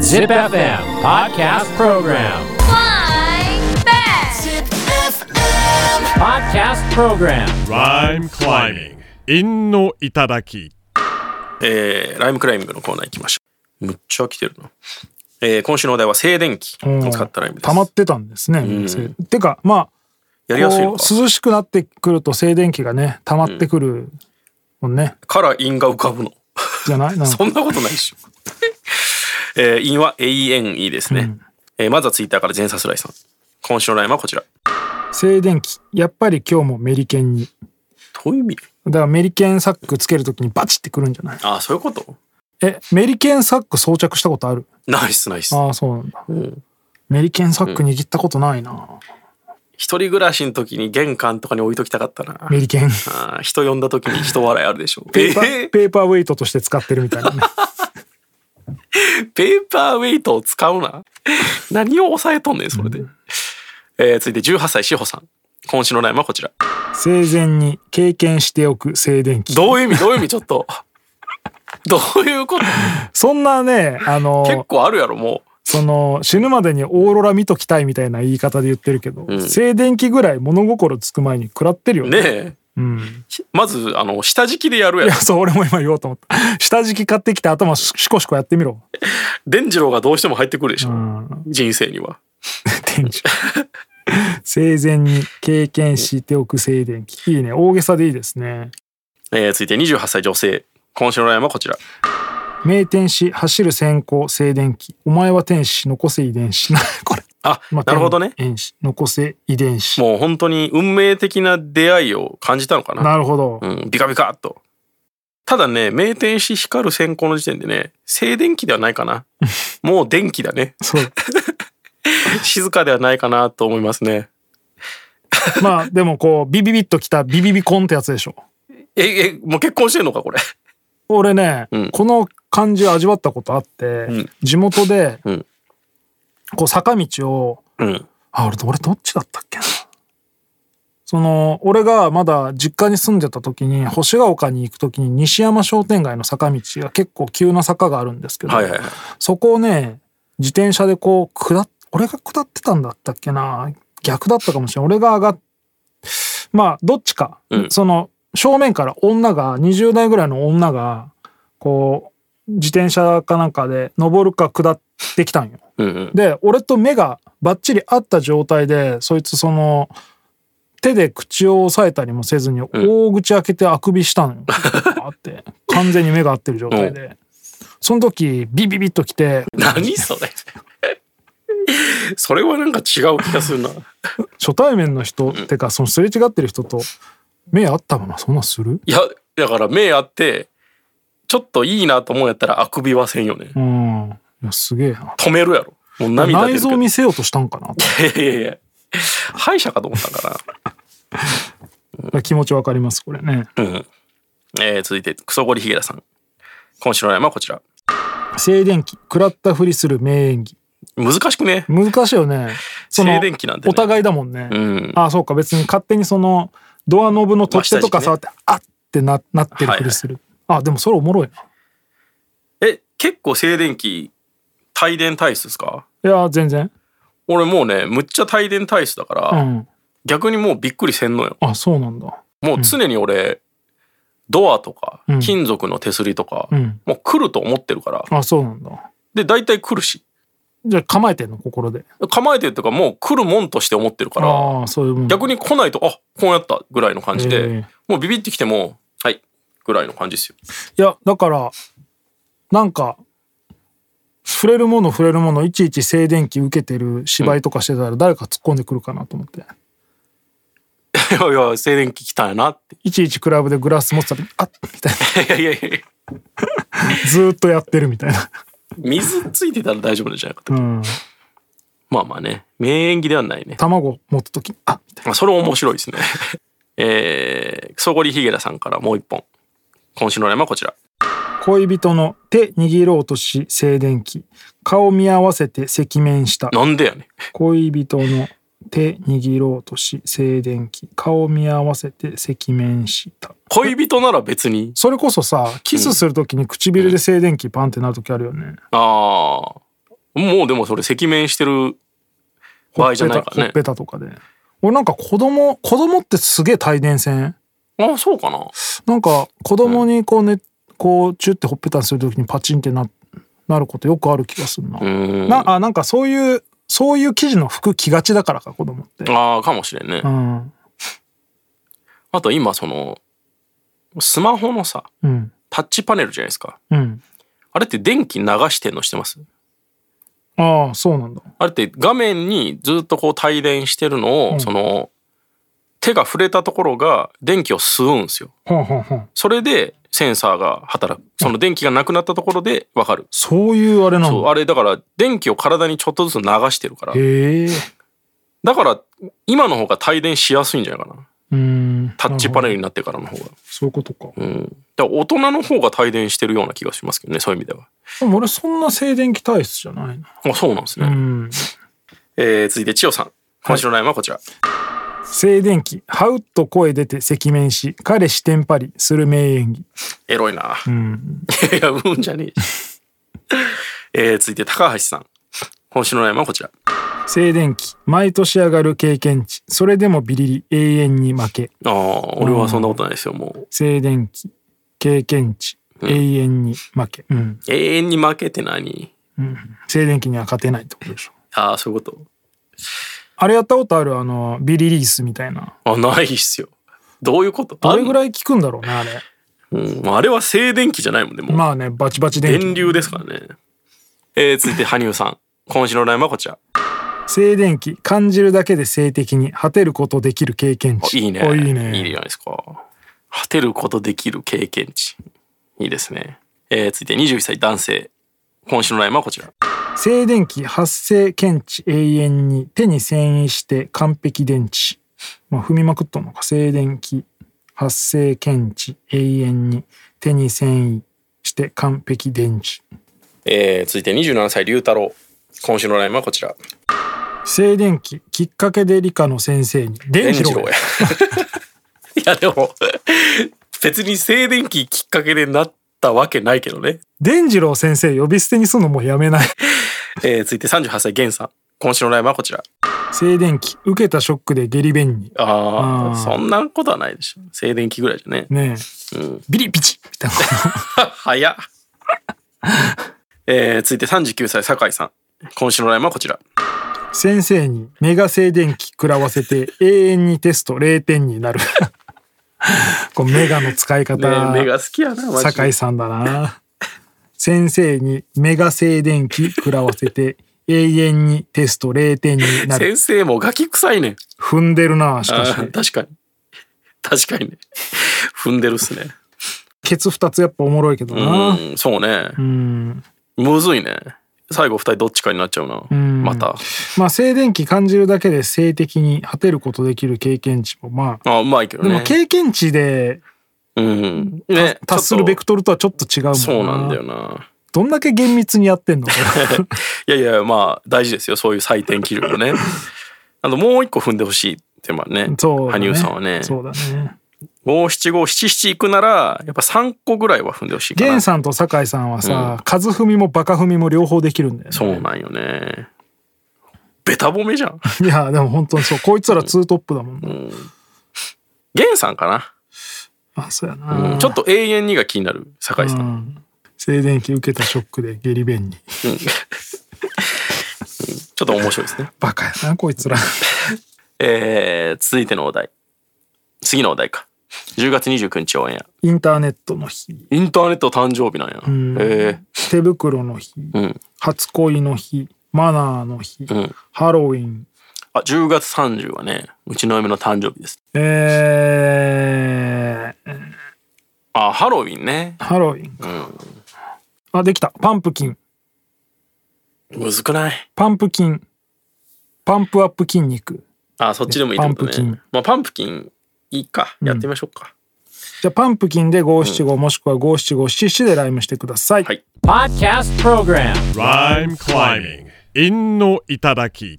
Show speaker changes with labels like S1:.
S1: Zip FM Podcast Program.
S2: Flying back.
S1: Podcast Program.
S3: Rhyme climbing. 陰の頂き。
S4: えーライムクライミングのコーナー行きましょう。むっちゃ飽きてるな。えー今週のお題は静電気を使ったライムです。
S5: 溜まってたんですね。てかまあ
S4: やりやすいの
S5: こ
S4: か。
S5: う涼しくなってくると静電気がね溜まってくるもんね、
S4: から陰が浮かぶの。
S5: じゃないなんか
S4: そんなことないでしょ。 えー、陰は永遠いいですね。えーまずはツイッターから全サスライさん。今週のライムはこちら。
S5: 静電気やっぱり今日もメリケンに
S4: どういう意味
S5: だからメリケンサックつけるときにバチってくるんじゃない
S4: ああ、そういうこと
S5: えメリケンサック装着したことある
S4: ナイスナイス。
S5: ああそうなんだ、メリケンサック握ったことないな、
S4: 一人暮らしの時に玄関とかに置いときたかったな。
S5: メ リケン
S4: あー人呼んだ時に人笑いあるでしょ。
S5: ペーパー、
S4: えー
S5: ペーパーウェイトとして使ってるみたいな ね
S4: ペーパーウェイトを使う な。何を抑えとんねん、それで。えー続いて18歳、志保さん。今週のライムはこちら。
S5: 生前に経験しておく静電気
S4: どう いう意味どういう意味ちょっと。どういうこと
S5: そんなねあの
S4: 結構あるやろ、も
S5: その死ぬまでにオーロラ見ときたいみたいな言い方で言ってるけど、静電気ぐらい物心つく前に食らってるよ
S4: う。
S5: ね。
S4: ねえ。
S5: うん、
S4: まず、あの、下敷きでやる
S5: い
S4: や
S5: や
S4: ろ。
S5: そう俺も今言おうと思った。下敷き買ってきて頭シコシコやってみろ。
S4: デンジローがどうしても入ってくるでしょ
S5: う。ん、
S4: 人生には。
S5: 店長。生前に経験しておく静電気いいね大げさでいいですね
S4: えー続いて28歳女性。今週のライムはこちら。
S5: 名天使走る先行静電気お前は天使残せ遺伝子 これ、
S4: あ、
S5: まあ
S4: なるほどね。
S5: 天使残せ遺伝子
S4: もう本当に運命的な出会いを感じたのかな。
S5: なるほど、
S4: うん、ビカビカっと。ただね、名天使光る閃光の時点でね、静電気ではないかな。 もう電気だね。
S5: そう
S4: 静かではないかなと思いますね。
S5: まあでもこうビビビッときたビビビコンってやつでしょ
S4: え、え、もう結婚してんのか、これ。
S5: 俺ね、
S4: ん
S5: この感じを味わったことあって、
S4: ん
S5: 地元で、
S4: うん
S5: こう坂道を
S4: うん。
S5: あ俺俺どっちだったっけなその俺がまだ実家に住んでた時に星ヶ丘に行く時に西山商店街の坂道が結構急な坂があるんですけど、
S4: はいはいはい。
S5: そこをね自転車でこう下っ俺が下ってたんだったっけな逆だったかもしれない俺が上がっまあどっちか、
S4: うん
S5: その正面から女が20代ぐらいの女がこう自転車かなんかで上るか下ってきたんよ。
S4: うんうん。
S5: で俺と目がバッチリ合った状態でそいつその手で口を押さえたりもせずに大口開けてあくびしたの よ。あって完全に目が合ってる状態で。その時ビビビッときて
S4: 何それ。 それはなんか違う気がするな。い
S5: 初対面の人ってかそのすれ違ってる人と目合ったままそんなんする
S4: や、だから目あって、ちょっといいなと思うんやったらあくびはせんよね。
S5: うんいやすげえな
S4: 止めるやろ。もう涙出る
S5: 内
S4: け
S5: 臓
S4: ど。い
S5: 見せようとしたんかなと
S4: や いやいや。歯医者かと思ったんかな。
S5: 気持ちわかりますこれね
S4: えー続いてクソゴリヒゲダさん今週のラインはこちら
S5: 静電気食らったふりする名演技
S4: 難しくね
S5: 難しいよねその
S4: 静電気なんてね
S5: お互いだもんね、
S4: うん
S5: ああそうか別に勝手にそのドアノブの取っ手とか
S4: まあ下
S5: 触って、あってななってるふりする、あでもそれおもろいな
S4: え結構静電気帯電体質ですか
S5: いや全然
S4: 俺もうねむっちゃ帯電体質だから、
S5: うん
S4: 逆にもうびっくりせんのよ
S5: あそうなんだ
S4: もう常に俺、ドアとか
S5: うん
S4: 金属の手すりとか、
S5: うん
S4: もう来ると思ってるから
S5: あそうなんだ
S4: で大体来るし
S5: じゃあ構えてんの心で
S4: 構えてるとかもう来るもんとして思ってるから
S5: ああそういうもん
S4: 逆に来ないとあこうやったぐらいの感じで、
S5: へえ
S4: もうビビってきてもはいぐらいの感じですよ
S5: いやだからなんか触れるもの触れるものいちいち静電気受けてる芝居とかしてたら誰か突っ込んでくるかなと思って、
S4: いやいや、静電気来たんやなって。
S5: いちいちクラブでグラス持ってたらあっみたいな い
S4: やいやいやいや
S5: ずーっとやってるみたいな、
S4: 水ついてたら大丈夫なんじゃないかと。
S5: うん、
S4: まあまあね、名演技ではないね。
S5: 卵持った時にあみたい
S4: まあ、それ面白い ですね。えー、クソゴリヒゲラさんからもう一本。今週のラインはこちら。
S5: な恋人の手握ろうとし静電気顔見合わせて赤面した
S4: なんでやねん。
S5: 恋人の手握ろうとし静電気顔見合わせて赤面した
S4: 恋人なら別に。
S5: それこそさキスするときに唇で静電気パンってなるときあるよね、
S4: ああ。もうでもそれ赤面してる場合じゃないから
S5: ほっ
S4: ね。
S5: ぺたとかで俺なんか子供子供ってすげえ帯電線
S4: ああ、そうかな。
S5: なんか子供にこうね、こうチュってほっぺたにするときにパチンってななることよくある気がするな,、
S4: うん。
S5: なあなんかそういうそういう生地の服着がちだからか子供って
S4: ああ、かもしれんね
S5: う。ん
S4: あと今その、スマホのさ、
S5: うん
S4: タッチパネルじゃないですか。
S5: うん
S4: あれって電気流してんのしてます
S5: ああそうなんだ
S4: あれって画面にずっとこう帯電してるのを、その手が触れたところが電気を吸うんですよ
S5: ほんほんほん
S4: それでセンサーが働くその電気がなくなったところでわかる、
S5: そういうあれなん
S4: そう
S5: だ
S4: あれだから電気を体にちょっとずつ流してるから
S5: へえ
S4: だから今の方が帯電しやすいんじゃないかな
S5: うん
S4: タッチ
S5: なるほ
S4: パ
S5: ど
S4: ネルになってからの方が
S5: そういうことか、
S4: うんだから大人の方が帯電してるような気がしますけどねそういう意味では
S5: でも俺そんな静電気体質じゃないな
S4: あそうなんですね、
S5: うん
S4: えー続いて千代さん今週のラインはこちら、
S5: 静電気ハウッと声出て赤面し彼氏テンパりする名演技
S4: エロいな
S5: うん
S4: いや、うんじゃねえし えー、続いて高橋さん。今週のラインはこちら。
S5: 静電気毎年上がる経験値それでもビリリ永遠に負け
S4: ああ、俺はそんなことないですよ、もう。
S5: 静電気経験値永遠に負け、うん
S4: 永遠に負けて何
S5: 静電気には勝てないってことでしょ
S4: ああ、そういうこと。
S5: あれやったことあるあのビリリースみたいな
S4: あ、ないっすよ。どういうこと
S5: どれぐ
S4: い
S5: らい効くんだろうねあれ
S4: うん、あれは静電気じゃないもんね、もう。
S5: まあねバチバチ電気
S4: 電流ですからね。えー、続いて羽生さん。今週のラインはこちら。
S5: 静電気感じるだけで性的に果てることできる経験
S4: あ
S5: 値
S4: いいね。
S5: おいい
S4: いいじ
S5: ね
S4: ゃないですか。果てることできる経験値。いいですね。えー、続いて21歳男性。今週のラインはこちら。
S5: 静電気発生検知永遠に手に遷移して完璧電池、まあ、踏みまくっとんのか静電気発生検知永遠に手に遷移して完璧電池
S4: えー続いて27歳龍太郎今週のラインはこちら
S5: 静電気きっかけで理科の先生に電
S4: 伝
S5: 磁
S4: 次郎
S5: 炉
S4: や いやでも別に静電気きっかけでなったわけないけどね、
S5: 伝次郎先生呼び捨てにすんのもうやめ ない
S4: えー続いて38歳源さん今週のラインはこちら
S5: 静電気受けたショックで下痢便に
S4: あ
S5: あー
S4: あそんなことはないでしょ静電気ぐらいじゃね
S5: ねえ、
S4: うん
S5: ビリピチみたいな
S4: 早っ、えー続いて39歳酒井さん今週のラインはこちら
S5: 先生にメガ静電気食らわせて永遠にテスト0点になる こうメガの使い
S4: ね
S5: 方、
S4: 目が好きやなマジ
S5: 酒井
S4: で
S5: さんだな先生にメガ静電気食らわせて永遠にテスト0点になる
S4: 先生もガキ臭いねん
S5: 踏んでるなしかし
S4: あー確かに確かにね 踏んでるっすね
S5: ケツ2つやっぱおもろいけどな
S4: うん、そうね。
S5: うん
S4: むずいね。最後二人どっちかになっちゃうな。
S5: ん
S4: また。
S5: まあ静電気感じるだけで性的に果てることできる経験値もま
S4: あ、うまいけ
S5: あ
S4: ど
S5: でも
S4: ね。
S5: 経験値で
S4: うん。ね。
S5: 達するベク
S4: ち
S5: トルとはちょっと違うもん
S4: ょっとそうなんだよな。
S5: どんだけ厳密にやってん の
S4: いやいや、まあ、大事ですよ。そういう採点基準もね。あと、もう一個踏んでほしいって、まあね。
S5: そうだね
S4: 羽生さんはね。
S5: そうだね。
S4: 五七五七七いくなら、やっぱ三個ぐらいは踏んでほしいかな。
S5: 源さんと酒井さんはさ、数踏みもバカ踏みも両方できるんだよね。
S4: そうなんよね。ベタ褒めじゃん。
S5: いや、でも本当にそう。こいつらツートップだもんな。
S4: 源さんかな。
S5: あ、そうや
S4: うん
S5: な。
S4: ちょっと永遠にが気になる、酒井さ。
S5: うんん。静電気受けたショックで下痢便に。
S4: ちょっと面白いですね。
S5: バカやな、こいつら。
S4: えー続いてのお題。次のお題か。10月29日応援や。
S5: インターネットの日、
S4: インターネット誕生日なんや。
S5: ん
S4: え
S5: 手袋の日、
S4: ーうん。
S5: 初恋の日、マナーの日、
S4: ん
S5: ハロウィン。
S4: あ、10月30はね、うちの嫁の誕生日です。
S5: えー、
S4: あ、ハロウィンね。
S5: ハロウィンか。
S4: うん。
S5: あ、できた。パンプキン。
S4: むずくない
S5: パンプキン。パンプアップ筋肉。
S4: あ、そっちでもいいってことね。
S5: パンプキン
S4: まあ、パンプキン、いいか。やってみましょうか。
S5: じゃあパンプキンで五七五もしくは五七五七七でライムしてください。
S4: はい
S1: Podcast Program
S3: Rhyme climbing. 陰の頂き。